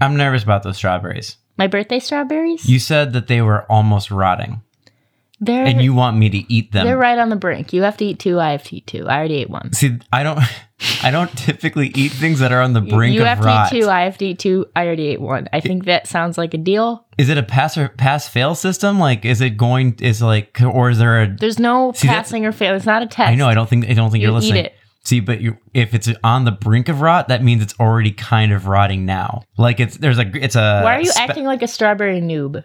I'm nervous about those strawberries. My birthday strawberries? You said that they were almost rotting, they're and you want me to eat them. they're right on the brink. You have to eat two. I have to eat two. I already ate one. See, I don't, I don't typically eat things that are on the You- brink you of have rot. to eat two. I have to eat two. I already ate one. I think that sounds like a deal. Is it a pass or pass fail system? Like, is it going? Is like, or is there a? There's no See, that's- passing or failing. It's not a test. I know. I don't think. I don't think You you're eat listening. it. See, but you, if it's on the brink of rot, that means it's already kind of rotting now. Like it's there's a it's a. Why are you spe- acting like a strawberry noob?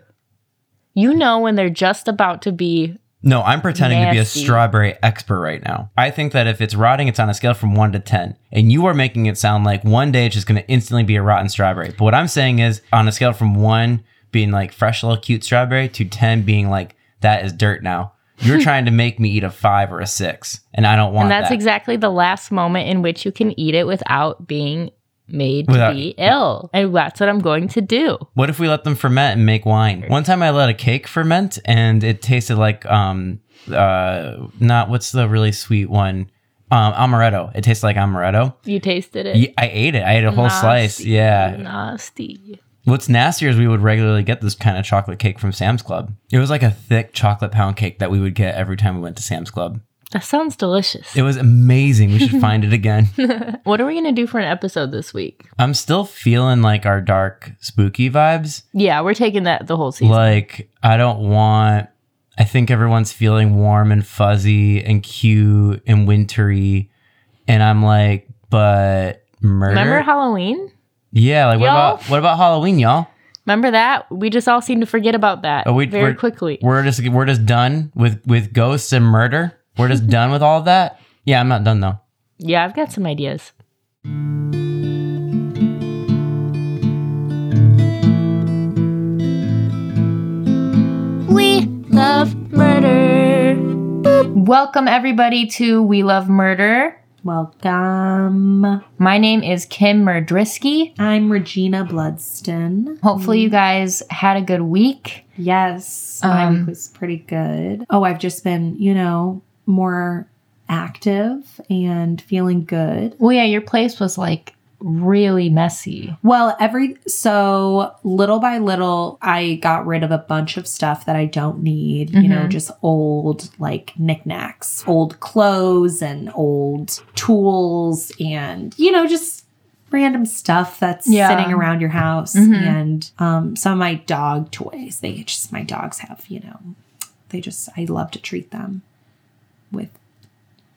You know when they're just about to be. No, I'm pretending to be a Nasty. strawberry expert right now. I think that if it's rotting, it's on a scale from one to 10. And you are making it sound like one day it's just going to instantly be a rotten strawberry. But what I'm saying is on a scale from one being like fresh, little cute strawberry to 10 being like, that is dirt now. You're trying to make me eat a five or a six. And I don't want And that's that. exactly the last moment in which you can eat it without being made Without- to be ill. And that's what I'm going to do. What if we let them ferment and make wine? One time I let a cake ferment and it tasted like um uh not what's the really sweet one? Um amaretto. It tasted like amaretto. You tasted it. Ye- I ate it. I ate a whole slice. Nasty, Yeah. Nasty. What's nastier is we would regularly get this kind of chocolate cake from Sam's Club. It was like a thick chocolate pound cake that we would get every time we went to Sam's Club. That sounds delicious. It was amazing. We should find it again. What are we going to do for an episode this week? I'm still feeling like our dark, spooky vibes. Yeah, we're taking that the whole season. Like, I don't want. I think everyone's feeling warm and fuzzy and cute and wintry. And I'm like, but murder? Remember Halloween? yeah, like what Y'all? about what about Halloween, y'all? Remember that? We just all seem to forget about that Oh, we- very we're- quickly. we're just we're just done with with ghosts and murder. We're just done with all of that. Yeah, I'm not done though. Yeah, I've got some ideas. We love murder. Welcome, everybody, to We Love Murder. Welcome. My name is Kim Murdrisky. I'm Regina Bludston. Hopefully, you guys had a good week. Yes, my Um, week was pretty good. Oh, I've just been, you know, more active and feeling good. Well, yeah, your place was like really messy. Well, every so little by little, I got rid of a bunch of stuff that I don't need, you know, Mhm. just old like knickknacks, old clothes and old tools and, you know, just random stuff that's Yeah. sitting around your house Mhm. and um, some of my dog toys. They just, my dogs have, you know, they just, I love to treat them with,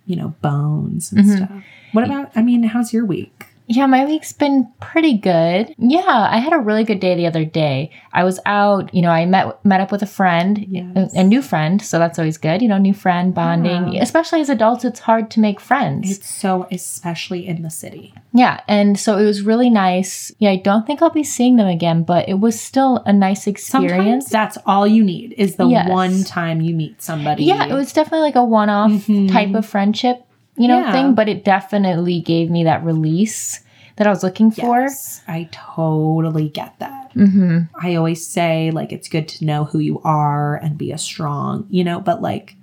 you know, bones and Mhm. stuff. What about, I mean, how's your week? Yeah, my week's been pretty good. Yeah, I had a really good day the other day. I was out, you know, I met met up with a friend, Yes. a, a new friend, so that's always good. You know, new friend bonding. Yeah. Especially as adults, it's hard to make friends. It's so, especially in the city. yeah, and so it was really nice. Yeah, I don't think I'll be seeing them again, but it was still a nice Sometimes experience. that's all you need is the Yes. one time you meet somebody. Yeah, it was definitely like a one-off Mhm. type of friendship, you know, Yeah. thing, but it definitely gave me that release that I was looking for. Yes, I totally get that. Mhm. I always say like it's good to know who you are and be a strong, you know, but like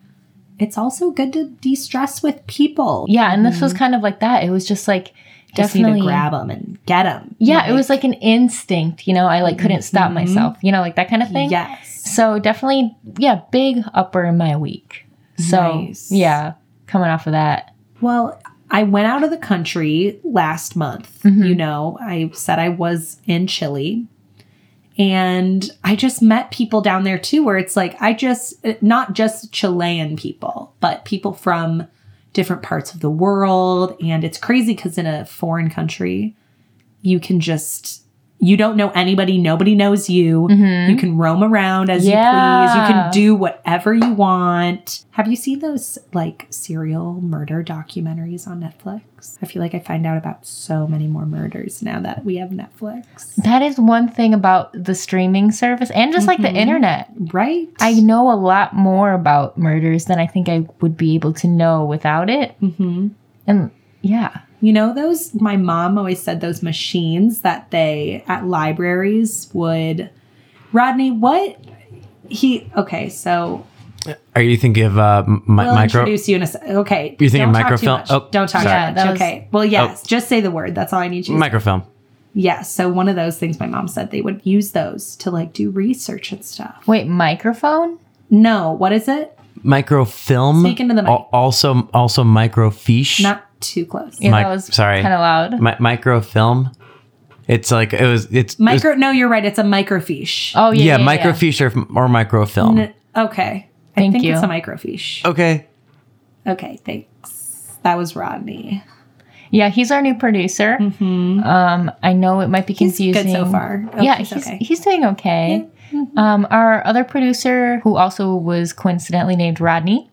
it's also good to de-stress with people. Yeah, and this was kind of like that. It was just like Just need definitely Mm-hmm. to grab them and get them. Yeah, it was like an instinct, you know, I like couldn't Mm-hmm. stop myself, you know, like that kind of thing. Yes. So definitely yeah, big upper in my week. So Nice. yeah, coming off of that. Well, I went out of the country last month. Mhm. You know, I said I was in Chile. And I just met people down there too, where it's like, I just, not just Chilean people, but people from different parts of the world. And it's crazy because in a foreign country, you can just, you don't know anybody, nobody knows you. Mhm. You can roam around as you please. You Yeah. can do whatever you want. Have you seen those like serial murder documentaries on Netflix? I feel like I find out about so many more murders now that we have Netflix. That is one thing about the streaming service and just like the Mhm. internet. Right? I know a lot more about murders than I think I would be able to know without it. hmm And yeah. You know those my mom always said those machines that they at libraries would Rodney, what he okay, so Are you thinking of uh, mi- we'll micro? introduce you in a se- okay. You think don't of talk too microfilm- much. oh, don't talk sorry. too Yeah, much. that was- okay. Well yes, just say the word. That's all I need you to say. Microfilm. Yeah, so one of those things my mom said they would use those to like do research and stuff. Wait, microphone? No, what is it? Microfilm. Speak into the mic. Al- also, also microfiche. Not too close. Yeah, Mic- that was sorry. kind of loud. Mi- microfilm. It's like it was. It's it was- Micro No, you're right, it's a microfiche. oh yeah, yeah, yeah, yeah. microfiche or, or microfilm. N- okay. I Thank think you. it's a microfiche. okay. Okay, thanks. That was Rodney. Yeah, he's our new producer. Um, I know it might be Mm-hmm. He's confusing. good so far. Oh, yeah, he's he's okay. mm-hmm. he's doing okay. Um, our other producer, who also was coincidentally named Rodney,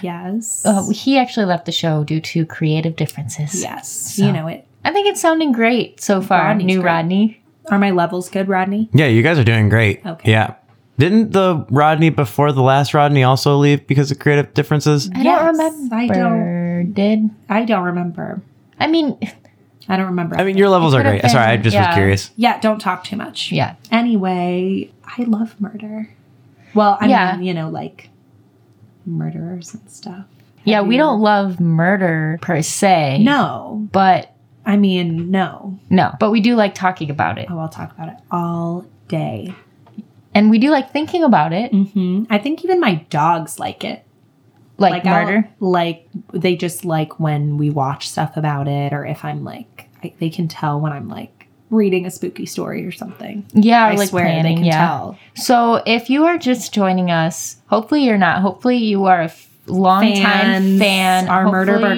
Yes. uh, he actually left the show due to creative differences. yes. You know it. I think it's sounding great so far. Rodney's new great. Rodney. Are my levels good, Rodney? Yeah, you guys are doing great. Okay. Yeah. Didn't the Rodney before the last Rodney also leave because of creative differences? I Yes, don't remember. I don't. Did I don't remember. I mean? I don't remember. I mean, your levels It are could've great. Sorry, I been, just yeah. was curious. yeah, don't talk too much. Yeah. Anyway, I love murder. Well, I Yeah. mean, you know, like murderers and stuff. Yeah, Have we you- don't love murder per se. No, But I mean, no. no. But we do like talking about it. Oh, I'll talk about it all day. And we do like thinking about it. hmm I think even my dogs like it. Like, I'll- murder. like they just like when we watch stuff about it, or if I'm like, I, they can tell when I'm like reading a spooky story or something. yeah, or, I like swear planning, they can yeah. tell. So if you are just joining us, hopefully you're not. Hopefully you are a f- long time Fans, fan. our murder Hopefully-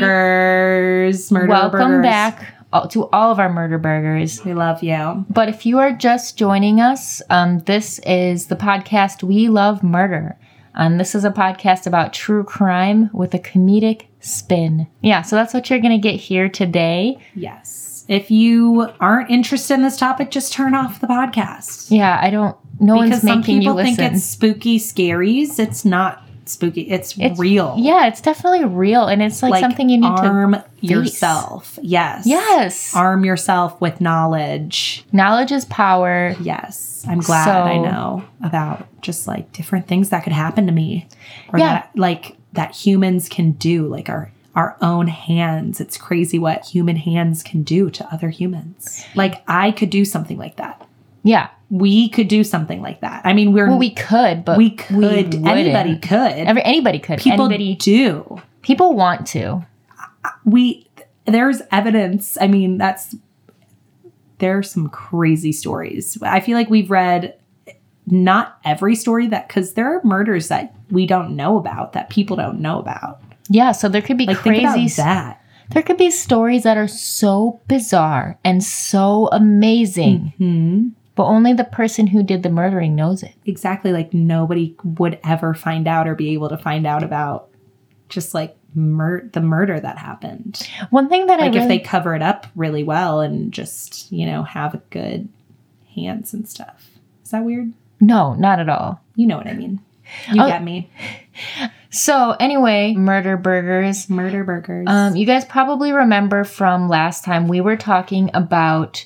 burgers, murder welcome burgers. back all- to all of our murder burgers. We love you. But if you are just joining us, um, this is the podcast We Love Murder. Um, this is a podcast about true crime with a comedic spin. Yeah, so that's what you're going to get here today. Yes. If you aren't interested in this topic, just turn off the podcast. Yeah, I don't, no because one's some making you people listen. think it's spooky scaries. It's not spooky. It's, It's- real. yeah, it's definitely real. And it's like, something you need to. arm yourself. Yes. Yes. Arm yourself with knowledge. Knowledge is power. Yes. I'm glad So- I know about just like different things that could happen to me. Or Yeah. that like that humans can do, like our our own hands. It's crazy what human hands can do to other humans. Like I could do something like that. Yeah. We could do something like that. I mean, we're Well, we could, but we could. wouldn't. anybody could. Every, anybody could. People anybody. do. people want to. we there's evidence i mean that's there are some crazy stories i feel like we've read not every story that because there are murders that we don't know about that people don't know about Yeah, so there could be like crazy think about s- that There could be stories that are so bizarre and so amazing, hmm but only the person who did the murdering knows it. exactly like nobody would ever find out or be able to find out about just like mur- the murder that happened One thing that like I really, if they cover it up really well and just you know have a good hands and stuff is that weird no, not at all. You know what I mean. You Oh. get me. So anyway, murder burgers. Murder burgers. Um, you guys probably remember from last time we were talking about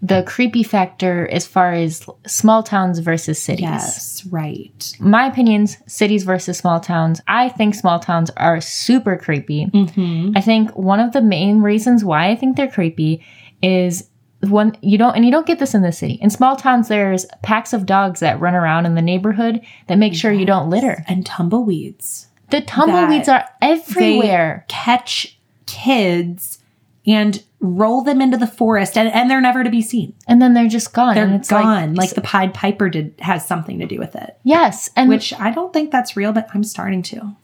the creepy factor as far as small towns versus cities. yes, right. My opinions, cities versus small towns. I think small towns are super creepy. Mm-hmm. I think one of the main reasons why I think they're creepy is one you don't and you don't get this in the city. In small towns there's packs of dogs that run around in the neighborhood that make sure you don't litter. And tumbleweeds The tumbleweeds are everywhere. catch kids and roll them into the forest, and, and they're never to be seen. and then they're just gone. They're and it's gone. Like, Like, the Pied Piper did has something to do with it, yes. And which I don't think that's real, but I'm starting to.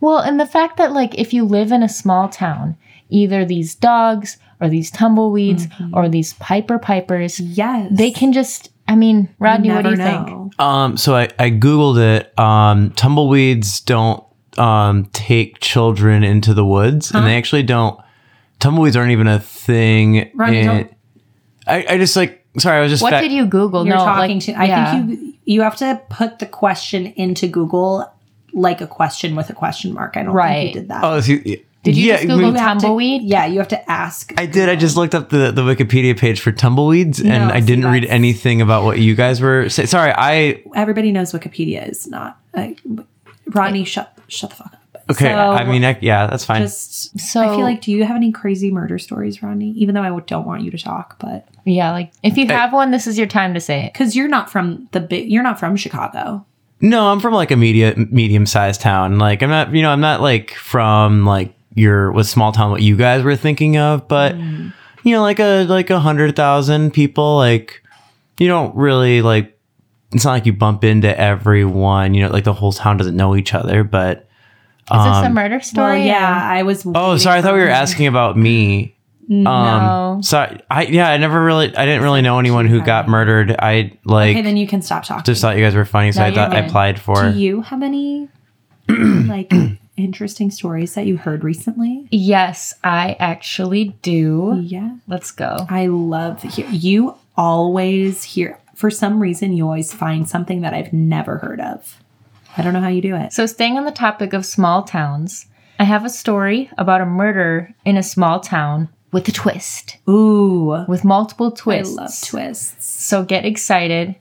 Well, and the fact that like if you live in a small town, either these dogs or these tumbleweeds or these piper pipers, Mm-hmm. Yes, they can just I mean, You Rodney, what do never you think? know. Um, so I, I googled it. Um, tumbleweeds don't um take children into the woods, and they actually don't. Tumbleweeds aren't even a thing. Ronnie, in- don't- I, I just like sorry. I was just What fact- did you Google? You're no, talking like, to. I yeah. think you you have to put the question into Google like a question with a question mark. I don't Right. think you did that. Oh, so you, Did you yeah, just Google we- You have to- Tumbleweed? yeah, you have to ask. I did. I just looked up the, the Wikipedia page for tumbleweeds, and No, I see, didn't read that's- anything about what you guys were. Say- sorry, I Everybody knows Wikipedia is not. I Rodney, shut shut the fuck up. okay. So, I mean, I, yeah, that's fine. just So- I feel like, do you have any crazy murder stories, Rodney? Even though I don't want you to talk, but Yeah, like if you have one, this is your time to say it. Because you're not from the big, you're not from Chicago. No, I'm from like a media medium sized town. Like I'm not, you know, I'm not like from like your was small town what you guys were thinking of, but Mm. you know, like a like a hundred thousand people. Like you don't really like. It's not like you bump into everyone. You know, like the whole town doesn't know each other. But Is this Um, a murder Well, story? yeah, I was. oh, sorry, I thought we were asking about me. No. No. Um, so I yeah, I never really, I didn't really know anyone who got murdered. I like okay, then you can stop talking. just thought you guys were funny, so No, I you're thought I fine. applied for. Do you have any like interesting stories that you heard recently? Yes, I actually do. Yeah, Let's go. I love hear- you. Always hear for some reason you always find something that I've never heard of. I don't know how you do it. So, staying on the topic of small towns, I have a story about a murder in a small town with a twist, Ooh, I with multiple twists. love twists. So, get excited.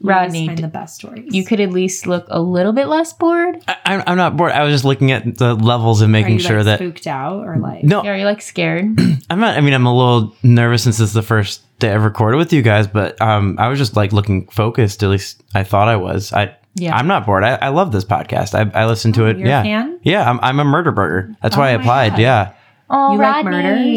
You always Rodney, find d- the best stories. You could at least look a little bit less bored. I, I'm, I'm not bored. I was just looking at the levels and Are you making like, sure that spooked out or like no, Are you like scared? I'm not. I mean, I'm a little nervous since it's the first day I've recorded with you guys, but um, I was just like looking focused. At least I thought I was. I Yeah. I'm not bored. I, I love this podcast. I, I listen to it. Oh, you're a yeah, fan? yeah. I'm, I'm a murder burger. That's Oh why I my applied. God. Yeah. Oh, you like Rodney.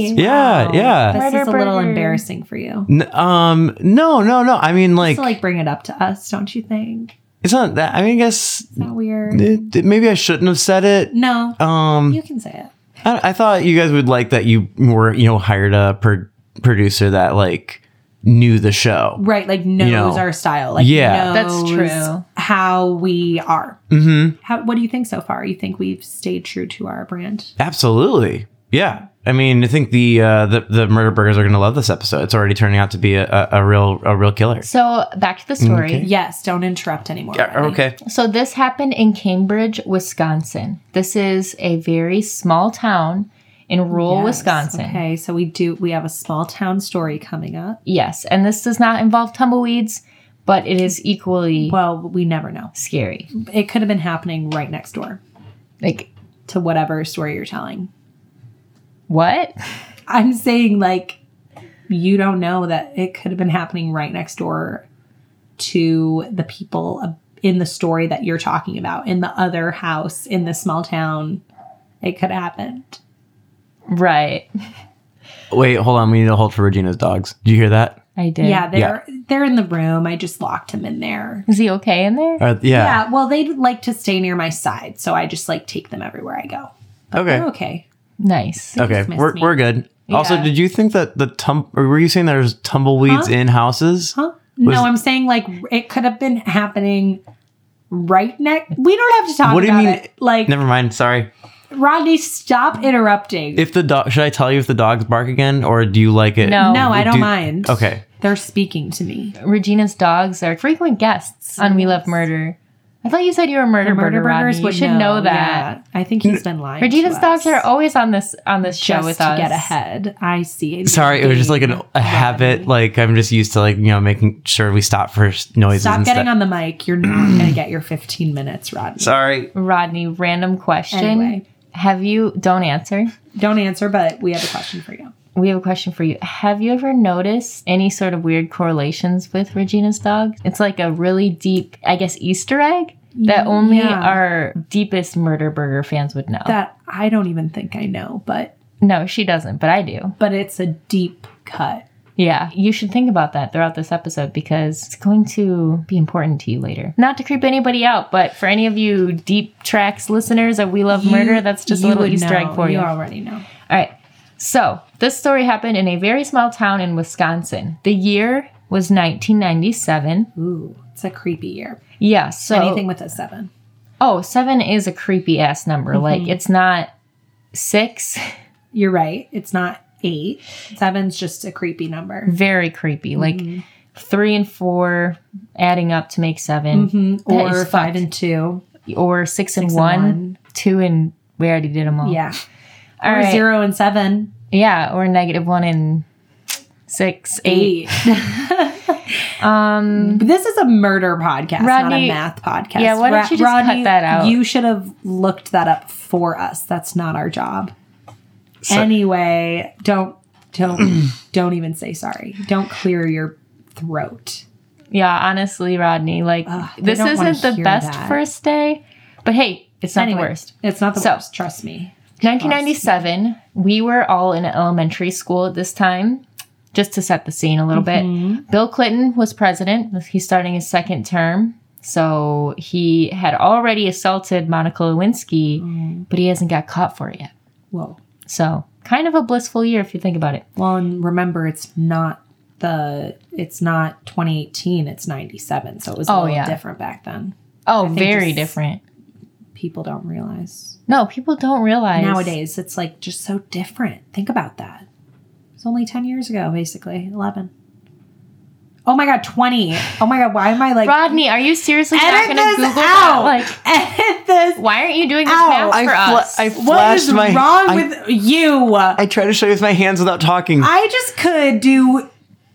murders? Yeah, Wow. yeah. This Murder is a little burgers. embarrassing for you. N- um. No. No. No. I mean, like, Just to like bring it up to us, don't you think? it's not that. I mean, I guess Is that weird? it, it- maybe I shouldn't have said it. No, Um. you can say it. I, I thought you guys would like that. You were you know hired a pro- producer that like knew the show. Right, like knows know. our style. Like Yeah. That's knows true. How we are. Mm-hmm. How, what do you think so far? You think we've stayed true to our brand? Absolutely. Yeah. I mean, I think the uh, the the murder burgers are going to love this episode. It's already turning out to be a, a, a real a real killer. So, back to the story. Okay. Yes. Don't interrupt anymore. Yeah, Rodney. okay. So this happened in Cambridge, Wisconsin. This is a very small town in rural Yes, Wisconsin. Okay, so we do. We have a small town story coming up. Yes, and this does not involve tumbleweeds, but it is equally Well, we never know. scary. It could have been happening right next door Like to whatever story you're telling. what? I'm saying like you don't know that it could have been happening right next door to the people uh, in the story that you're talking about in the other house in the small town. It could have happened. Right. Wait, hold on. We need to hold for Regina's dogs. Did you hear that? I did. Yeah, they're they're in the room. I just locked him in there. Is he okay in there? Or- Uh, yeah. Yeah, well, they like to stay near my side, so I just like take them everywhere I go. Okay. They're Oh, okay. Nice. Okay. just missed We're me. we're good. Also, Yeah. did you think that the tum or were you saying there's tumbleweeds Huh? in houses? Huh? No, Was- I'm saying like it could have been happening right next. We don't have to talk What do you about mean- it. Like Never mind. Sorry. Rodney, stop interrupting. If the dog, should I tell you if the dogs bark again, or do you like it? No. no, I don't Do- mind. Okay. They're speaking to me. Regina's dogs are frequent guests on We Love Murder. I thought you said you were a murder, murder burger. Rodney. You would should know, that. yeah. I think he's been lying. Regina's to dogs us are always on this on this show just with to us. get ahead. I see. Sorry, it was just like an, a Rodney. habit. Like I'm just used to like you know making sure we stop for s- noises. Stop and getting stuff. on the mic. You're not going to get your 15 minutes, Rodney. Sorry. Rodney, random question. Anyway. Have you don't answer? Don't answer, but we have a question for you. We have a question for you. Have you ever noticed any sort of weird correlations with Regina's dog? It's like a really deep, I guess, Easter egg that only Yeah. our deepest murder burger fans would know. That I don't even think I know, but no, she doesn't, but I do. but it's a deep cut. Yeah, you should think about that throughout this episode because it's going to be important to you later. Not to creep anybody out, but for any of you deep tracks listeners of We Love Murder, You- that's just a you little would Easter know. egg for you. You already know. All right. So, this story happened in a very small town in Wisconsin. The year was 1997. Ooh, it's a creepy year. Yeah, so Anything with a seven. Oh, 7 is a creepy ass number. Mm-hmm. Like it's not 6. You're right. It's not eight. Seven's just a creepy number. Very creepy. Like Mm-hmm. 3 and 4 adding up to make 7 Mm-hmm. That Or is five fucked. and two. or 6, and, and 1, one. 2 and we already did them all. Yeah. All or right. zero and seven. Yeah, or negative 1 and 6, 8. Eight. um this is a murder podcast, not a Rodney- math podcast. Yeah, why don't you just cut that out? You should have looked that up for us. That's not our job. So- anyway, don't Don't don't even say sorry. Don't clear your throat. Yeah, honestly, Rodney, like Ugh, they this don't wanna isn't the hear best that. first day, but hey, it's not Anyway, the worst. It's not the So- worst, trust me. 1997, we were all in elementary school at this time. Just to set the scene a little Mhm. bit, Bill Clinton was president. He's starting his second term. So he had already assaulted Monica Lewinsky, Mm. but he hasn't got caught for it yet. Whoa. So, kind of a blissful year if you think about it. Well, and remember it's not the it's not 2018, it's 97, so it was a Oh, little yeah. different back then. Oh, think very it's- different. People don't realize. No, people don't realize Nowadays it's like just so different. Think about that. It's only 10 years ago basically, 11. Oh my god, 20. Oh my god, why am I like Rodney, are you seriously not edit going to this Google that? out? Like, edit this why aren't you doing this Ow. math I for fla- us? Oh, I What flashed is my. wrong I, with you? I, I try to show you with my hands without talking. just could do.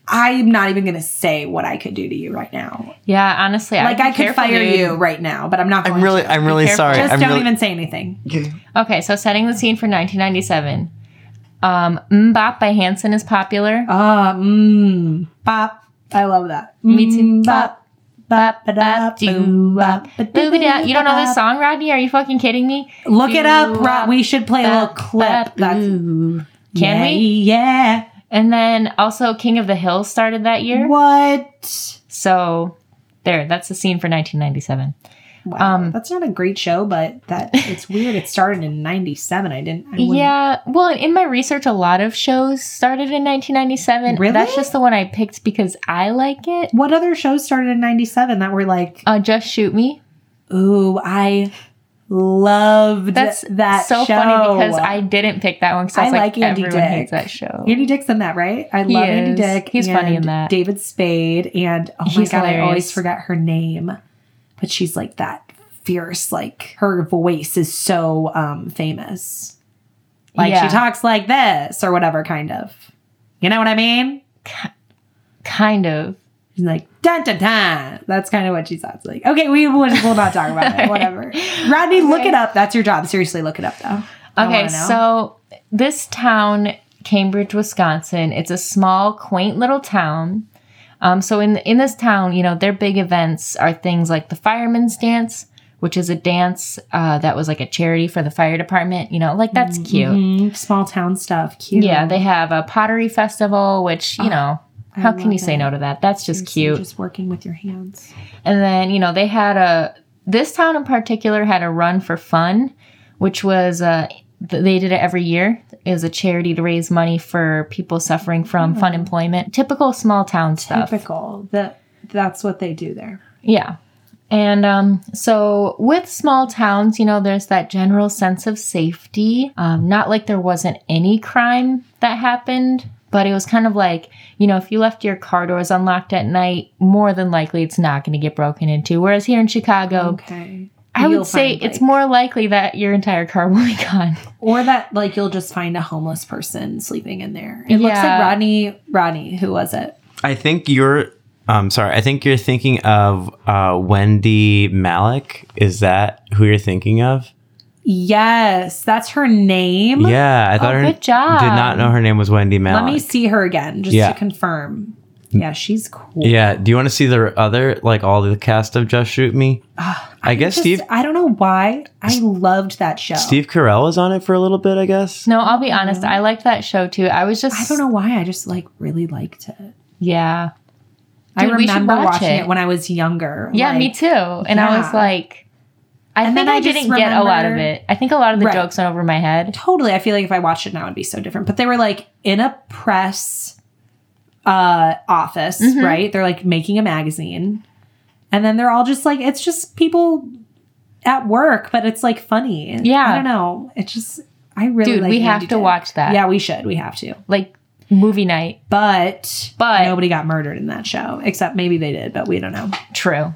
I'm not even gonna say what I could do to you right now. yeah, honestly, Like I'd be I could careful, fire dude. you right now, but I'm not. Going I'm really, To. I'm really careful. sorry. Just I'm don't really, even say anything. Okay, so setting the scene for 1997. Um, Mbop by Hanson is popular. Ah, mmm, bop. I love that. Me too. Mm, Bop, bop, Bop, ba-da, doo, boom, bop, bop, ba-da, boobity-da. You don't know this bop. song, Rodney? Are you fucking kidding me? Look it up. Doo, Rob. We should play a little bop, clip. bop, That's, ooh. Can yeah, we? Yeah. And then also King of the Hill started that year. What? So there, that's the scene for 1997. Wow, Um, that's not a great show, but that it's weird. It started in '97. I didn't. I wouldn't- Yeah. Well, in my research, a lot of shows started in 1997. Really? That's just the one I picked because I like it. What other shows started in '97 that were like, Uh, Just Shoot Me. ooh, I loved That's that so show. funny because I didn't pick that one because I, I was like, like Andy everyone Dick. hates that show. Andy Dick's in that, right? I He love Andy is. Dick. He's funny and in that. David Spade and oh my He's god, I hilarious. always forget her name, but she's like that fierce. Like her voice is so um famous. Like Yeah. she talks like this or whatever, kind of. You know what I mean? Kind of. She's like, dun dun dun. That's kind of what she sounds like. Okay, we will we'll not talk about it. Whatever. Rodney, look it up. That's your job. Seriously, look it up though. I Okay, wanna know. so this town, Cambridge, Wisconsin, it's a small, quaint little town. Um, so in in this town, you know, their big events are things like the fireman's dance, which is a dance uh, that was like a charity for the fire department. You know, like that's cute. Mhm. small town stuff. Cute. Yeah, they have a pottery festival, which you know, I how can love you say it. no to that? That's just Seriously, cute. Just working with your hands. And then, you know, they had a, this town in particular had a run for fun, which was, uh, th- they did it every year. It was a charity to raise money for people suffering from fun employment. Typical small town stuff. Typical. That that's what they do there. Yeah. And um, so with small towns, you know, there's that general sense of safety. Um, not like there wasn't any crime that happened, but it was kind of like, you know, if you left your car doors unlocked at night, more than likely it's not going to get broken into. Whereas here in Chicago, Okay. I You'll would say find, it's like- more likely that your entire car will be gone. or that like you'll just find a homeless person sleeping in there. It looks Yeah. like Rodney. Rodney, who was it? I think you're. I'm sorry. I think you're thinking of uh, Wendy Malik. Is that who you're thinking of? Yes, that's her name. Yeah, I thought Oh, her. good job. Did not know her name was Wendy Malik. Let me see her again just Yeah. to confirm. Yeah, she's cool. Yeah. Do you want to see the other, like all the cast of Just Shoot Me? I guess Ah, Just- Steve I don't know why. I loved that show. Steve Carell was on it for a little bit. I guess. No, I'll be honest. I liked that show too. I was just, Mm-hmm. I don't know why. I just like really liked it. Yeah. I Dude, we should remember watch watching it. it. when I was younger. Yeah, me like- too. And I was yeah. like, I And think then I, I just didn't get a lot of remember- it. I think a lot of the Right. jokes went over my head. Totally. I feel like if I watched it now, it'd be so different. But they were like in a press uh, office, Mm-hmm. right? They're like making a magazine. And then they're all just like, it's just people at work, but it's like funny. Yeah. I don't know. It's just, I really Dude, like we have Andy to Dick. watch that. Yeah, we should. We have to. Like movie night. But, But- nobody got murdered in that show, except maybe they did, but we don't know. True.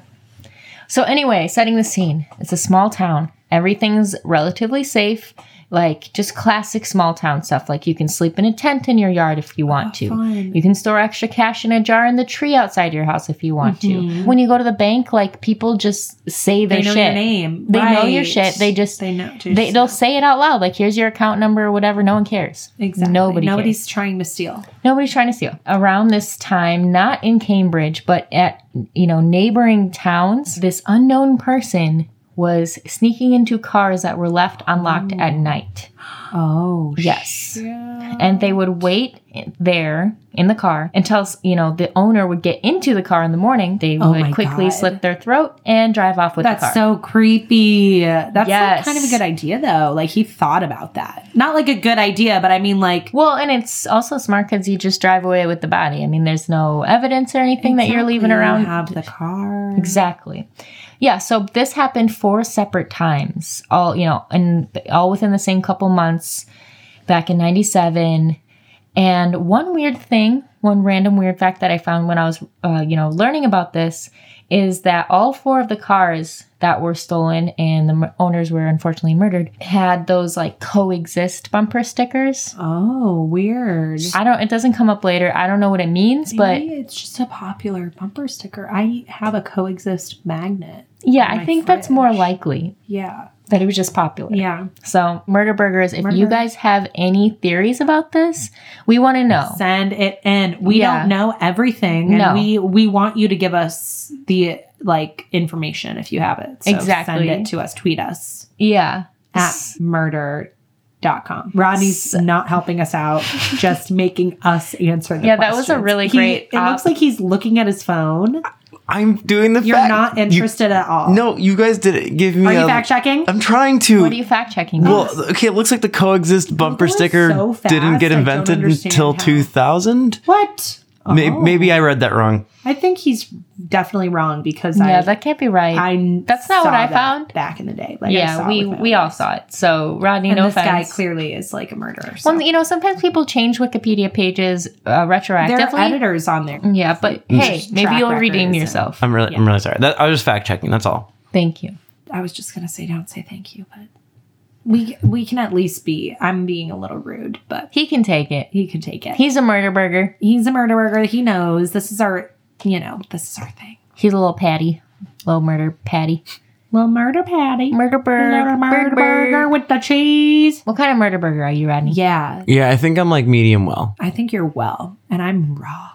So anyway, setting the scene. It's a small town. Everything's relatively safe. like just classic small town stuff. Like you can sleep in a tent in your yard if you want to. Ah, fun. You can store extra cash in a jar in the tree outside your house if you want to. When you go to the bank, like people just say their Mm-hmm. They know shit. your name. They know your Right. shit. They just- they know. They, They, they'll say it out loud, like here's your account number or whatever. No one cares. exactly. Nobody. Nobody's Nobody's trying to steal. nobody's trying to steal. Around this time, not in Cambridge, but at you know neighboring towns, this unknown person was sneaking into cars that were left unlocked at night. Oh Yes. Mm. Yeah. and they would wait there in the car until you know the owner would get into the car in the morning. They Oh my would quickly God. slit their throat and drive off with the That's car. so creepy. That's like, Yes. kind of a good idea though. Like he thought about that. Not like a good idea, but I mean like well, and it's also smart because you just drive away with the body. I mean, there's no evidence or anything that you're leaving Exactly, around. you Have the car. Exactly. Yeah, so this happened four separate times, all you know, and all within the same couple months back in 97. And one weird thing, one random weird fact that I found when I was uh, you know, learning about this is that all four of the cars that were stolen and the m- owners were unfortunately murdered had those like coexist bumper stickers. Oh, weird. I don't it doesn't come up later. I don't know what it means, but Maybe it's just a popular bumper sticker. I have a coexist magnet. yeah, my I think that's more fridge. likely Yeah. that it was just popular. Yeah. So, murder burgers, if you Murder. guys have any theories about this, we want to know. Send it in. We Oh. Yeah. don't know everything. And No. we we want you to give us the like information if you have it. So Exactly. send it to us, tweet us Yeah. at murder.com. Rodney's not helping us out, just making us answer the Yeah, that was a questions. really He- great It looks op. like he's looking at his phone. I'm doing the You're fact. not interested at all. You, no, you guys didn't give me Are a- you fact checking? I'm trying to. What are you fact checking? well, okay, it looks like the coexist bumper was sticker so fast, didn't get I don't invented understand until how. 2000. What? May- Oh. Maybe I read that wrong. I think he's definitely wrong because yeah, I that can't be right. I That's not what saw I that found. back in the day. Like I yeah, saw it we with my we own all eyes. saw it. So, Rodney, And no this guy offense. clearly is like a murderer. So. Well, you know, sometimes people change Wikipedia pages uh, there are retroactively. editors on there. Yeah, but hey, Just maybe track you'll redeem records and- yourself. Mm. I'm really, I'm really sorry. That, I was just fact checking. That's all. Thank you. I was just gonna say don't say thank you, but we we can at least be. I'm being a little rude, but He can take it. he can take it. He's a murder burger. He's a murderer. He knows this is our you know this is our thing. He's a little patty. Little murder patty. Little murder patty, Murder burger. little murder burger with the cheese. What kind of murder burger are you, Rodney? Yeah, Yeah, I think I'm like medium well. I think you're well, and I'm raw,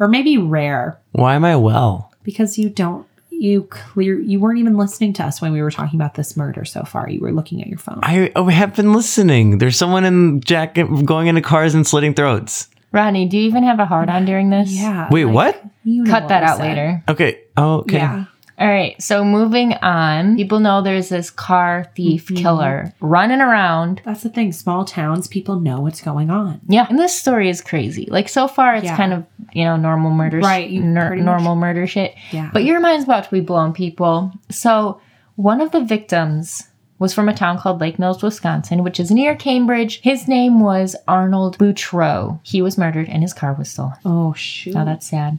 or maybe rare. Why am I well? because you don't you clear you weren't even listening to us when we were talking about this murder so far you were looking at your phone I oh, I have been listening. There's someone in jacket going into cars and slitting throats. Rodney, do you even have a hard on during this? yeah Wait, like, what? you know Cut what that I out said. later. Okay. Oh, okay. yeah All right. So moving on, people know there's this car thief Mm-hmm. killer running around. that's the thing small towns people know what's going on Yeah. And this story is crazy. Like so far, it's Yeah. kind of you know normal murder, sh- Right, you ner- pretty much- normal murder shit. yeah But your mind's about to be blown, people. So one of the victims was from a town called Lake Mills, Wisconsin, which is near Cambridge. His name was Arnold Boutreau. He was murdered and his car was stolen. oh shoot Now that's sad.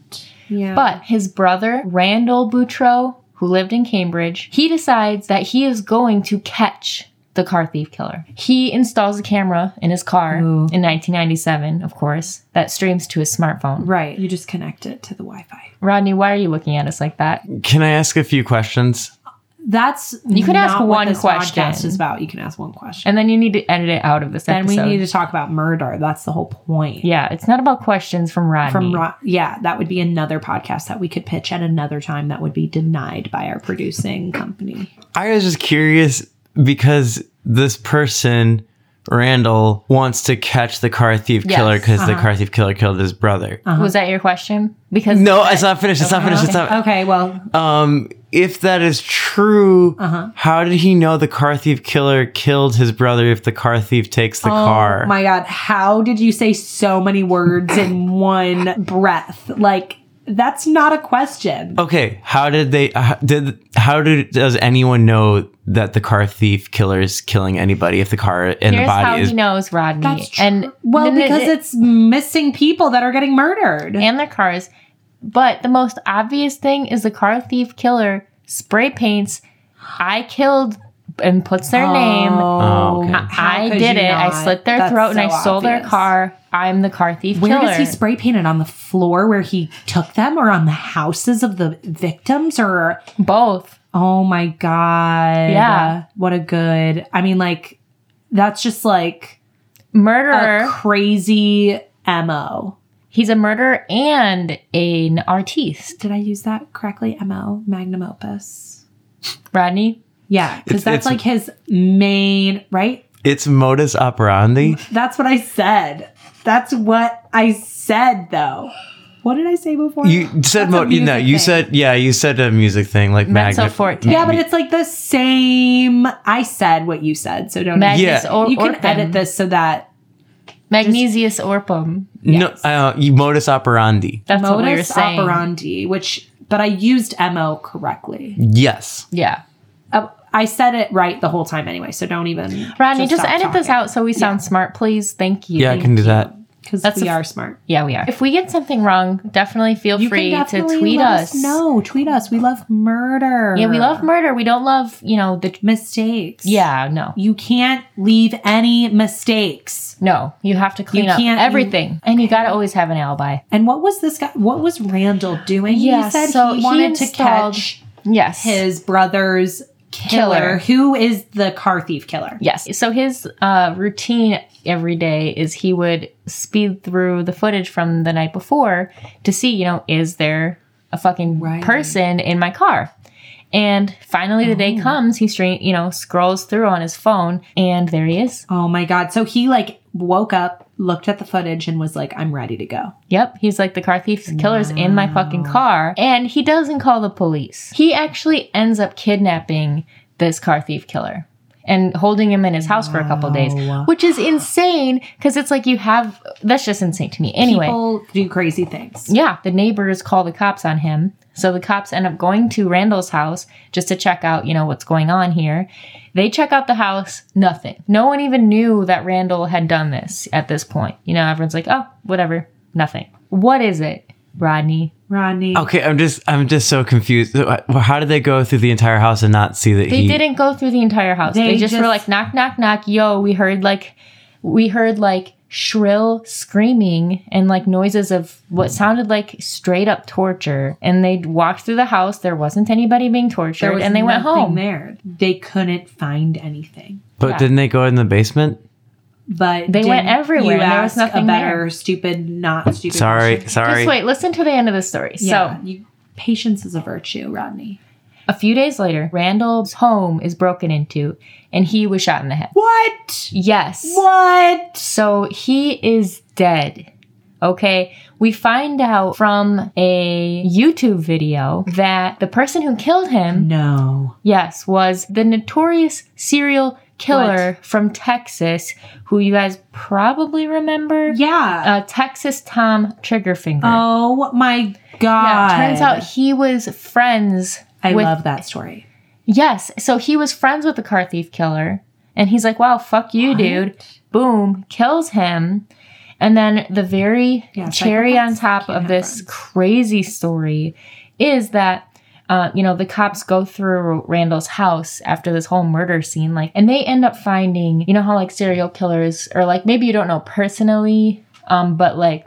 yeah But his brother, Randall Boutreau, who lived in Cambridge, he decides that he is going to catch the car thief killer. He installs a camera in his car Ooh. in 1997, of course, that streams to his smartphone. right you just connect it to the wi-fi Rodney, why are you looking at us like that? Can I ask a few questions? that's You could not ask what one this question. podcast is about you can ask one question And then you need to edit it out of this then we episode. need to talk about murder that's the whole point yeah, it's not about questions from Rodney. from Ro- yeah that would be another podcast that we could pitch at another time that would be denied by our producing company I was just curious because this person, Randall, wants to catch the car thief Yes, Uh-huh. killer because the car thief killer killed his brother. Was uh-huh. that your question? Because No, it's not finished. It's not finished. It's not. Okay, well, Um, if that is true, how did he know the car thief killer killed his brother if the car thief takes the car? oh my God, how did you say so many words in one breath? Like, that's not a question. Okay, how did they? Uh, did how did does anyone know that the car thief killer is killing anybody if the car and the here's how body is? he knows Rodney. That's true. And Well, n- n- because it's missing people that are getting murdered. and their cars. But the most obvious thing is the car thief killer spray paints I killed and puts their Oh, name. Oh, okay. I did it. I slit their throat and I stole their car. I'm the car thief Where killer. does he spray paint it? On the floor where he took them or on the houses of the victims or Both. Oh my god. Yeah. What a good. I mean like that's just like Murderer. a crazy MO. He's a murderer and an artiste. Did I use that correctly? MO, magnum opus. Rodney? Yeah, It's- cuz it's- that's like his main, right? It's modus operandi. That's what I said. That's what I said though. What did I say before? You That's said a mo- you no, music you thing. said yeah, you said a music thing like Mezzo magnet. forte. Yeah, but it's like the same. I said what you said, so don't. Magnus Yeah. or- you can Orpin. edit this so that Magnesius Orpum. no, uh, you- modus operandi. That's what we were modus saying. operandi, which but I used mo correctly. Yes. Yeah. Uh, I said it right the whole time anyway, so don't even. Rodney, just, stop edit this talking, out so we sound smart, please. Thank you. Yeah, I can do that. because That's we a- are smart. Yeah, we are. If we get something wrong, definitely feel free to tweet let us. No, tweet us. We love murder. Yeah, we love murder. We don't love, you know, the. mistakes. Yeah, no. you can't leave any mistakes. No, you have to clean You up can't- everything. and you got to always have an alibi. And what was this guy? What was Randall doing? Yeah, he said so he he wanted to installed- catch Yes. his brother's Killer. killer, who is the car thief killer. Yes. So his uh, routine every day is he would speed through the footage from the night before to see, you know, is there a fucking Right. person in my car? And finally, the Oh. day comes. He stra- you know scrolls through on his phone, and there he is. Oh my god. So he like woke up, looked at the footage and was like I'm ready to go. Yep, he's like the car thief killer's in my fucking car, and he doesn't call the police. He actually ends up kidnapping this car thief killer and holding him in his house for a couple days, Wow. which is insane because it's like you have that's just insane to me. Anyway, People do crazy things. yeah, the neighbors call the cops on him. So the cops end up going to Randall's house just to check out, you know, what's going on here. They check out the house, nothing. No one even knew that Randall had done this at this point. You know, everyone's like, oh, whatever, nothing. What is it, Rodney? Rodney. Okay, I'm just I'm just so confused. So, uh, How did they go through the entire house and not see that They he didn't go through the entire house. They, They just, were just- like, knock, knock, knock. Yo, we heard like, we heard like shrill screaming and like noises of what sounded like straight up torture. And they walked through the house. There wasn't anybody being tortured, There was and they went nothing home. there. They couldn't find anything. But Yeah. didn't they go in the basement? But They went didn't everywhere You and there was ask nothing a better there. stupid, not stupid. Sorry, question. sorry. Just wait, listen to the end of the story. Yeah, So, you, patience is a virtue, Rodney. a few days later, Randall's home is broken into and he was shot in the head. What? Yes. What? So he is dead. Okay, we find out from a YouTube video that the person who killed him, No. yes, was the notorious serial killer from Texas, who you guys probably remember. Yeah. Uh, Texas Tom Triggerfinger. oh my god. Yeah, turns out he was friends I with love that story. Yes. So he was friends with the car thief killer. And he's like, wow, fuck you, dude. Boom, kills him. And then the very Yeah, cherry on psychopaths top can't of have this friends. crazy story is that. Uh, you know the cops go through randall's house after this whole murder scene like and they end up finding you know how like serial killers or like maybe you don't know personally um but like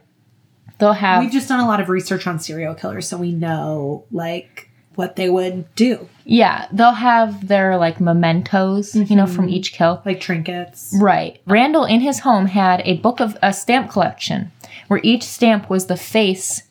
they'll have We've just done a lot of research on serial killers, so we know like what they would do, yeah they'll have their like mementos you know Mm-hmm. from each kill like trinkets. Right. Randall in his home had a book of a stamp collection where each stamp was the face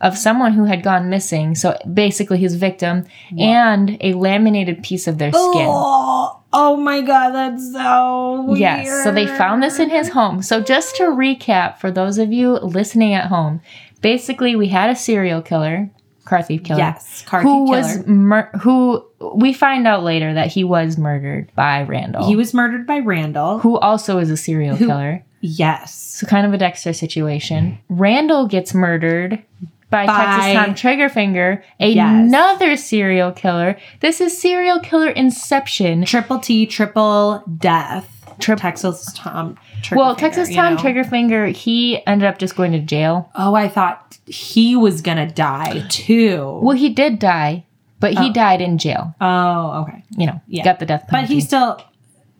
of someone who had gone missing, so basically his victim, and a laminated piece of their skin. Oh, oh my god, that's so weird. Yes, so they found this in his home. So, just to recap for those of you listening at home, basically, we had a serial killer, car thief killer, Yes, car who thief was killer. mur- who we find out later that he was murdered by Randall, He was murdered by Randall. who also is a serial Who- killer. Yes. So kind of a Dexter situation. Randall gets murdered by, Texas By- Tom Triggerfinger, Yes. another serial killer. This is serial killer inception. Triple T, triple death. Trip- Texas Tom. well, Triggerfinger, Texas you Tom know? Triggerfinger, he ended up just going to jail. Oh, I thought he was gonna die too. Well, he did die, But he died in jail. Oh, okay. You know, Yeah. got the death But penalty. he still,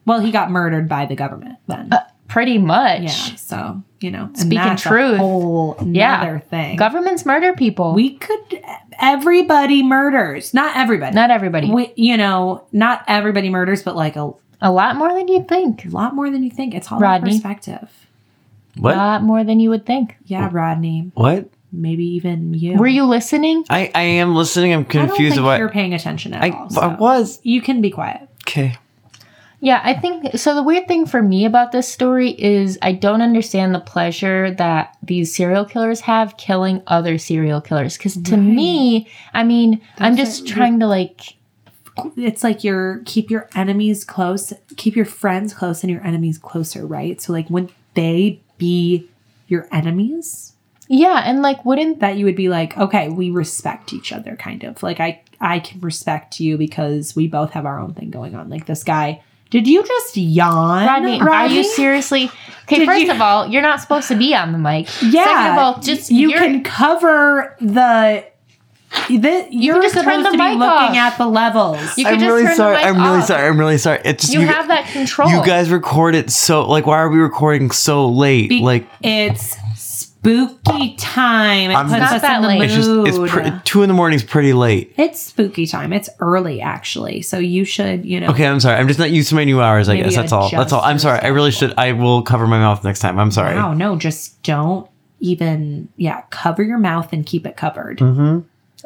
well, he got murdered by the government then. pretty much. yeah. So you know, and Uh, Speaking that's a truth. whole Yeah. other thing. Governments murder people. we could. Everybody murders. Not everybody. Not everybody. we, you know, not everybody murders, but like a a lot more than you'd think. lot more than you think. It's all Rodney. in perspective. A What? lot more than you would think. Yeah, Rodney. What? Maybe even you. Were you listening? I, I am listening. I'm I don't confused think about. you're paying attention at I, all. I so was You can be quiet. okay. Yeah, I think so. The weird thing for me about this story is I don't understand the pleasure that these serial killers have killing other serial killers. Because to me, I mean, I'm That's just it. trying to like, It's like your keep your enemies close, keep your friends close, and your enemies closer, right? So like, wouldn't they be your enemies? yeah, and like, wouldn't That you would be like, okay, we respect each other, kind of like I I can respect you because we both have our own thing going on. Like this guy. Did you just yawn, Rodney, are you seriously? Okay, Did first you- of all, you're not supposed to be on the mic. Yeah. Second of all, just you you're- can cover the. the you're just turn supposed the to be mic looking off. at the levels. You- could I'm just really turn the sorry. mic I'm really off. sorry. I'm really sorry. It's just you have that control. You guys record it so like why are we recording so late? Be- like it's spooky time. It I'm puts It's not us that in the late. mood. it's It's, just it's pre- two in the morning's pretty late. spooky time. It's early actually, so you should you know. Okay, I'm sorry. I'm just not used to my new hours. I Maybe guess that's all. That's all. I'm adjust sorry. I really should. I will cover my mouth next time. I'm sorry. Wow, no, just don't even yeah cover your mouth and keep it covered. Mm-hmm.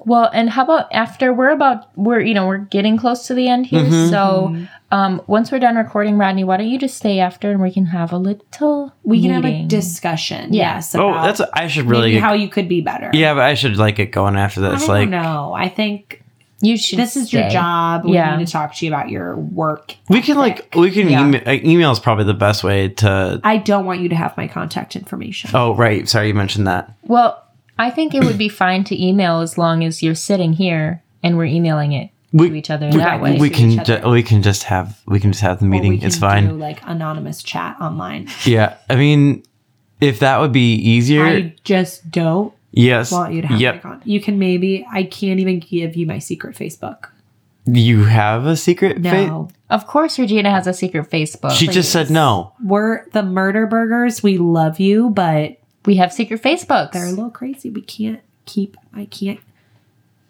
Well, and how about after we're about we're you know we're getting close to the end here, Mm-hmm. so um once we're done recording, Rodney, why don't you just stay after and we can have a little We can have a meeting. discussion. Yeah. Yes. Oh, about that's. I should maybe really. Get, how you could be better. yeah, but I should like get going after I this. don't Like know. I think You should. this is your stay. job. We Yeah. need to talk to you about your work. we can like we can Yeah. email. Like, email is probably the best way to. I don't want you to have my contact information. Oh right, sorry you mentioned that. Well, I think it would be fine to email as long as you're sitting here and we're emailing it We to each other we, that way. we To can each ju- other. we can just have we can just have the Or we meeting. It's can fine. Do, like anonymous chat online. Yeah, I mean, if that would be easier, I just don't yes. want you to have my yep, contact. You can maybe. I can't even give you my secret Facebook. you have a secret. fa- No, of course, Regina has a secret Facebook. she just said no. we're the murder burgers. We love you, but we have secret Facebooks. they're a little crazy. We can't keep. I can't.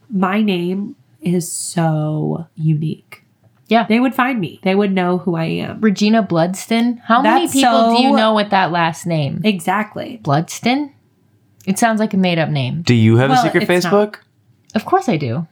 My name is so unique. Yeah. they would find me. They would know who I am. Regina Bloodston. How many That's people do you so- know with that last name? Exactly. Bloodston? It sounds like a made up name. Do you have a Well, secret it's not- Facebook? Of course I do.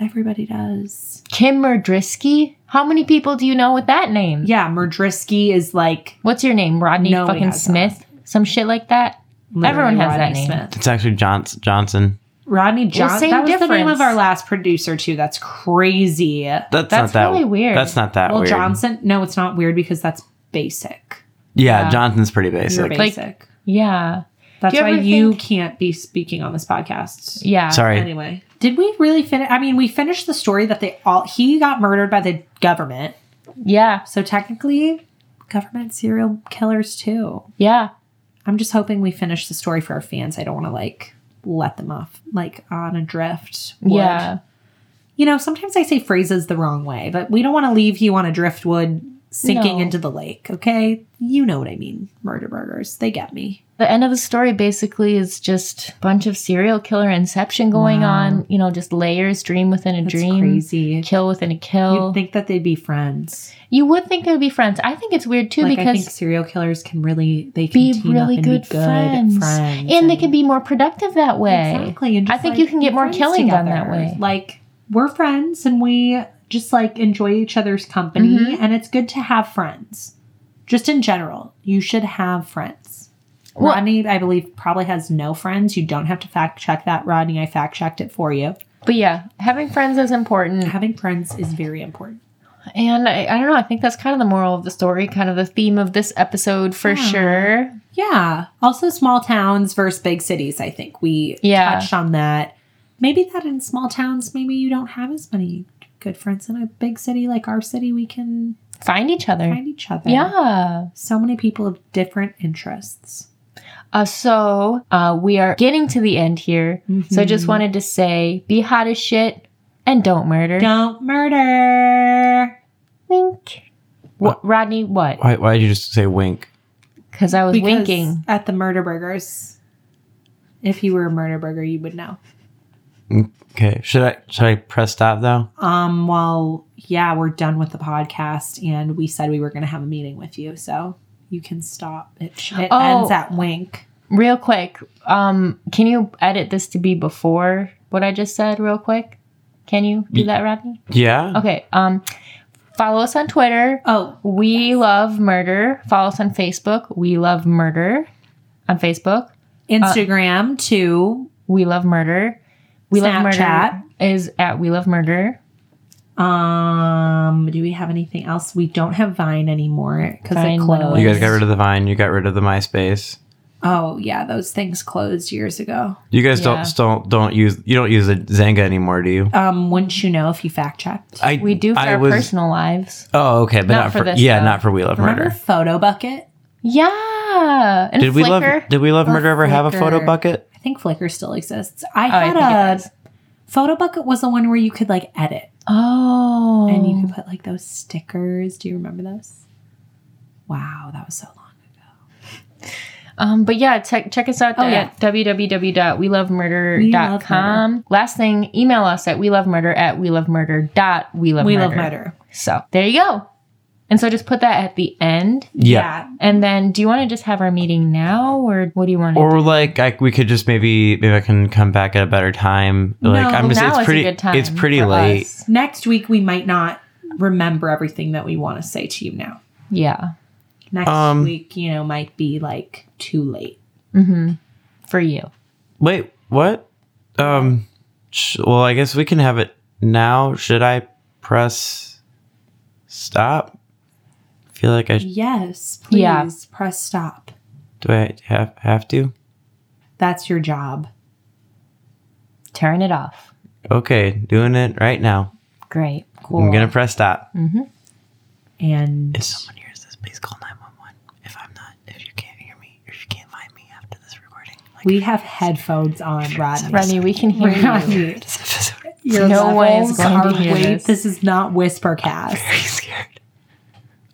Everybody does. Kim Merdrisky? How many people do you know with that name? Yeah, Merdrisky is like What's your name? Rodney No one fucking has Smith? Some shit like that? Everyone has that Rodney name. Smith. It's actually Johns- Johnson. Rodney Johnson. same that was the name difference. of our last producer too. That's crazy. That's, That's not that really weird. That's not that well, weird. Johnson. No, it's not weird because that's basic. yeah, Yeah. Johnson's pretty You're basic. Like- basic. Yeah. that's Do you why ever you think- can't be speaking on this podcast. Yeah. Sorry, Anyway, did we really finish? I mean, we finished the story that they all he got murdered by the government. Yeah. So technically, government serial killers too. Yeah. I'm just hoping we finish the story for our fans. I don't want to like let them off like on a drift. wood. Yeah. you know, sometimes I say phrases the wrong way, but we don't want to leave you on a driftwood sinking No. into the lake, okay? You know what I mean. Murder burgers. They get me. The end of the story basically is just a bunch of serial killer inception going Wow. on, you know, just layers, dream within a That's dream, crazy. kill within a kill. You'd think that they'd be friends. you would think they would be friends. I think it's weird too like, I think because serial killers can really, they can be team really up and good, be good friends. friends. and, they can be more productive that way. Exactly. And I just, think like, you can get be more friends killing done together. that way. Like, we're friends and we just like enjoy each other's company, and it's good to have friends. Just in general, you should have friends. Well- Rodney, I believe, probably has no friends. You don't have to fact check that, Rodney. I fact checked it for you. But yeah, having friends is important. Having friends is very important. And I, I don't know, I think that's kind of the moral of the story, kind of the theme of this episode for sure. Yeah. Also, small towns versus big cities. I think we Yeah. touched on that. Maybe that in small towns, maybe you don't have as many good friends. In a big city like our city, we can Find each other. find each other. yeah. So many people of different interests. Uh, so uh, we are getting to the end here. So I just wanted to say be hot as shit, And don't murder. Don't murder. Wink. What? Rodney, what? Why, why did you just say wink? Because I was Because winking. at the murder burgers. If you were a murder burger, you would know. Okay. Should I should I press stop though? Um, well, yeah, we're done with the podcast, and we said we were going to have a meeting with you, so you can stop. It, sh- it Oh. ends at wink. Real quick, um, can you edit this to be before what I just said, real quick? Can you do Ye- that, Rodney? Yeah. Okay. Um, follow us on Twitter. Oh, We love murder. Follow us on Facebook. We love murder. On Facebook, Instagram too. we love murder. We love Snapchat. murder is at we love murder. Um, do we have anything else? We don't have Vine anymore because it Vine went closed. away. You guys got rid of the Vine. You got rid of the MySpace. oh yeah, those things closed years ago. You guys Yeah. don't don't don't use you don't use a Zanga anymore, do you? Um, wouldn't you know if you fact checked? I We do for I our was- personal lives. Oh, okay, but Not not, for for, this, yeah, though. not for We Love Remember Murder. photo bucket? Yeah. And Did we love Flickr. Did We Love Or Murder ever have a photo Flickr. bucket? I think Flickr still exists. Oh, I Oh, I had think it a does. photo bucket was the one where you could like edit Oh. and you could put like those stickers. Do you remember those? Wow, that was so long. Um, but yeah, check check us out Oh, yeah. at www.welovemurder.com. Last thing, email us at welovemurder at welovemurder.welovemurder. we love murder. So there you go. And so just put that at the end. Yeah. And then do you want to just have our meeting now or what do you want to do? Or like I, we could just maybe maybe I can come back at a better time. Like No, I'm just now is it's a pretty good time it's pretty for late. us. Next week we might not remember everything that we want to say to you now. Yeah. Next Um, week, you know, might be like too late. Mm-hmm. For you. Wait, what? Um sh- well, I guess we can have it now. Should I press stop? I feel like I sh- Yes, please Yeah. press stop. do I have have to? That's your job. Turn it off. Okay, doing it right now. Great. Cool. I'm going to press stop. And If someone hears this, please call 911. If I'm not, if you can't hear me, if you can't find me after this recording, like we have headphones on, Rodney. Rodney, we can hear We're on you. mute. this episode, I'm Your No one is levels going to are hear way- this. is not Whispercast. very scared.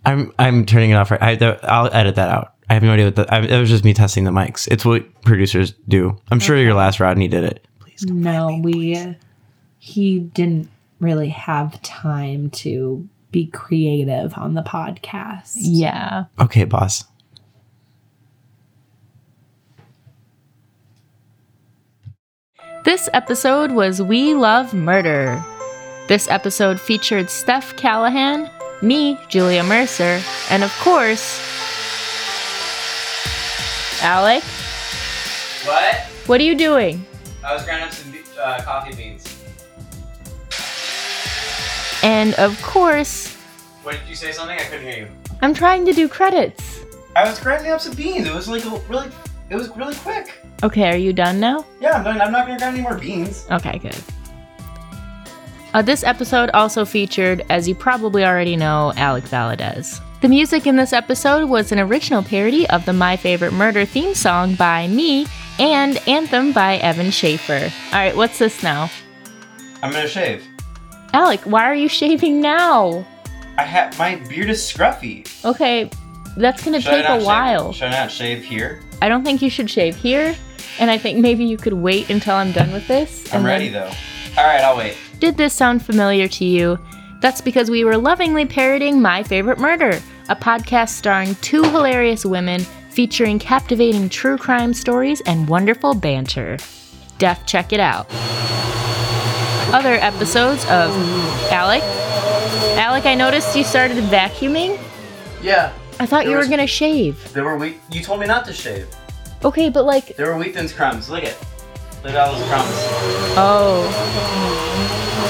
I'm I'm turning it off. Right, I, there- I'll edit that out. I have no idea what that. I, it was just me testing the mics. It's what producers do. I'm sure your last Rodney did it. Please. Come. No, we. He didn't really have time to be creative on the podcast. Yeah. Okay, boss. This episode was We Love Murder. This episode featured Steph Callahan, me, Julia Mercer, and of course, Alec. What? What are you doing? I was grinding up some uh, coffee beans. And of course, What did you say? Something I couldn't hear you. I'm trying to do credits. I was grinding up some beans. It was like really. It was really quick. Okay, are you done now? Yeah, I'm, done. I'm not gonna grind any more beans. Okay, good. Uh, this episode also featured, as you probably already know, Alec Valadez. The music in this episode was an original parody of the My Favorite Murder theme song by me and Anthem by Evan Schaefer. All right, what's this now? I'm gonna shave. Alec, why are you shaving now? I have my beard is scruffy. Okay, that's gonna Should I take not a shave- while. Should I not shave here? I don't think you should shave here, and I think maybe you could wait until I'm done with this. I'm and ready then- though. All right, I'll wait. Did this sound familiar to you? That's because we were lovingly parroting My Favorite Murder, a podcast starring two hilarious women featuring captivating true crime stories and wonderful banter. Def, check it out. Other episodes of Alec. Alec, I noticed you started vacuuming. Yeah, I thought you There were was- gonna shave. there were wheat. You told me not to shave. Okay, but like, There were wheat thins crumbs. Look at, look at all those crumbs. oh.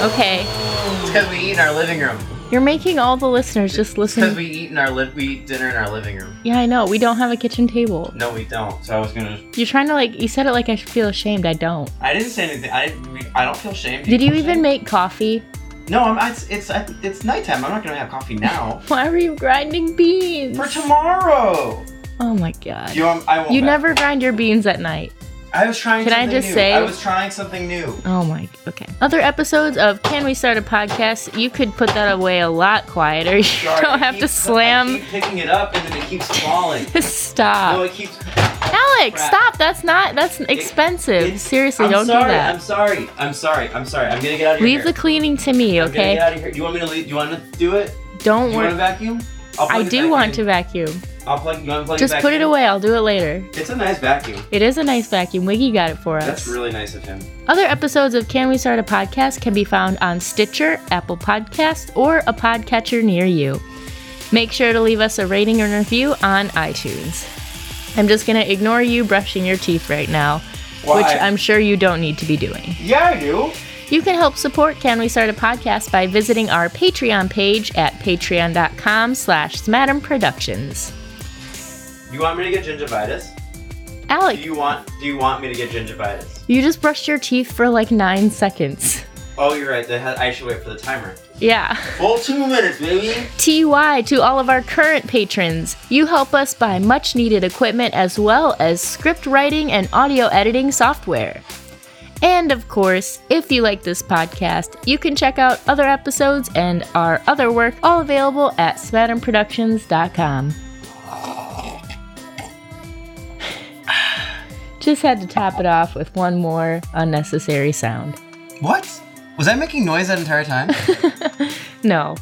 Okay, It's because we eat in our living room. you're making all the listeners just Because listen. we eat in our li- we eat dinner in our living room. Yeah, I know. We don't have a kitchen table. No, we don't. So I was gonna. You're trying to like you said it like I should feel ashamed. I don't. I didn't say anything. I didn't- I don't feel shame. Do Did you feel even shame? make coffee? No, I'm. I, it's it's I, it's nighttime. I'm not gonna have coffee now. Why were you grinding beans? For tomorrow. Oh my god. You know, I'm- I won't. You back. never grind your beans at night. I I was trying. Can I something just new. say- I was trying something new. Oh my. Okay. Other episodes of Can We Start a Podcast? You could put that away a lot quieter. You Sorry, I don't have keep- to I slam. Ah. keep picking it up and then it keeps falling. no, Stop, it keeps. Alex. crap. Stop. That's not. That's expensive. It- Seriously, I'm don't sorry, do that. I'm sorry. I'm sorry. I'm sorry. I'm gonna get out of your Leave hair. the cleaning to me, I'm gonna okay? get out of here. Do you want me to leave? Do you want to do it? Do Don't you want worry. to vacuum? I'll plug I it do back want in. to vacuum. I'll plug. You want to plug Just it back put it in? away. I'll do it later. It's a nice vacuum. It is a nice vacuum. Wiggy got it for us. That's really nice of him. Other episodes of Can We Start a Podcast can be found on Stitcher, Apple Podcasts, or a podcatcher near you. Make sure to leave us a rating and review on iTunes. I'm just going to ignore you brushing your teeth right now, Why? which I'm sure you don't need to be doing. Yeah, I do. You can help support Can We Start a Podcast by visiting our Patreon page at patreon.com slash Smadam Productions. You want me to get gingivitis? Do Alec, you want? Do you want me to get gingivitis? you just brushed your teeth for like nine seconds. Oh, you're right. The, I should wait for the timer. Yeah. Full two minutes, baby. TY to all of our current patrons. You help us buy much needed equipment as well as script writing and audio editing software. And of course, if you like this podcast, you can check out other episodes and our other work, all available at SmadamProductions.com. Just had to top it off with one more unnecessary sound. What? Was I making noise that entire time? No,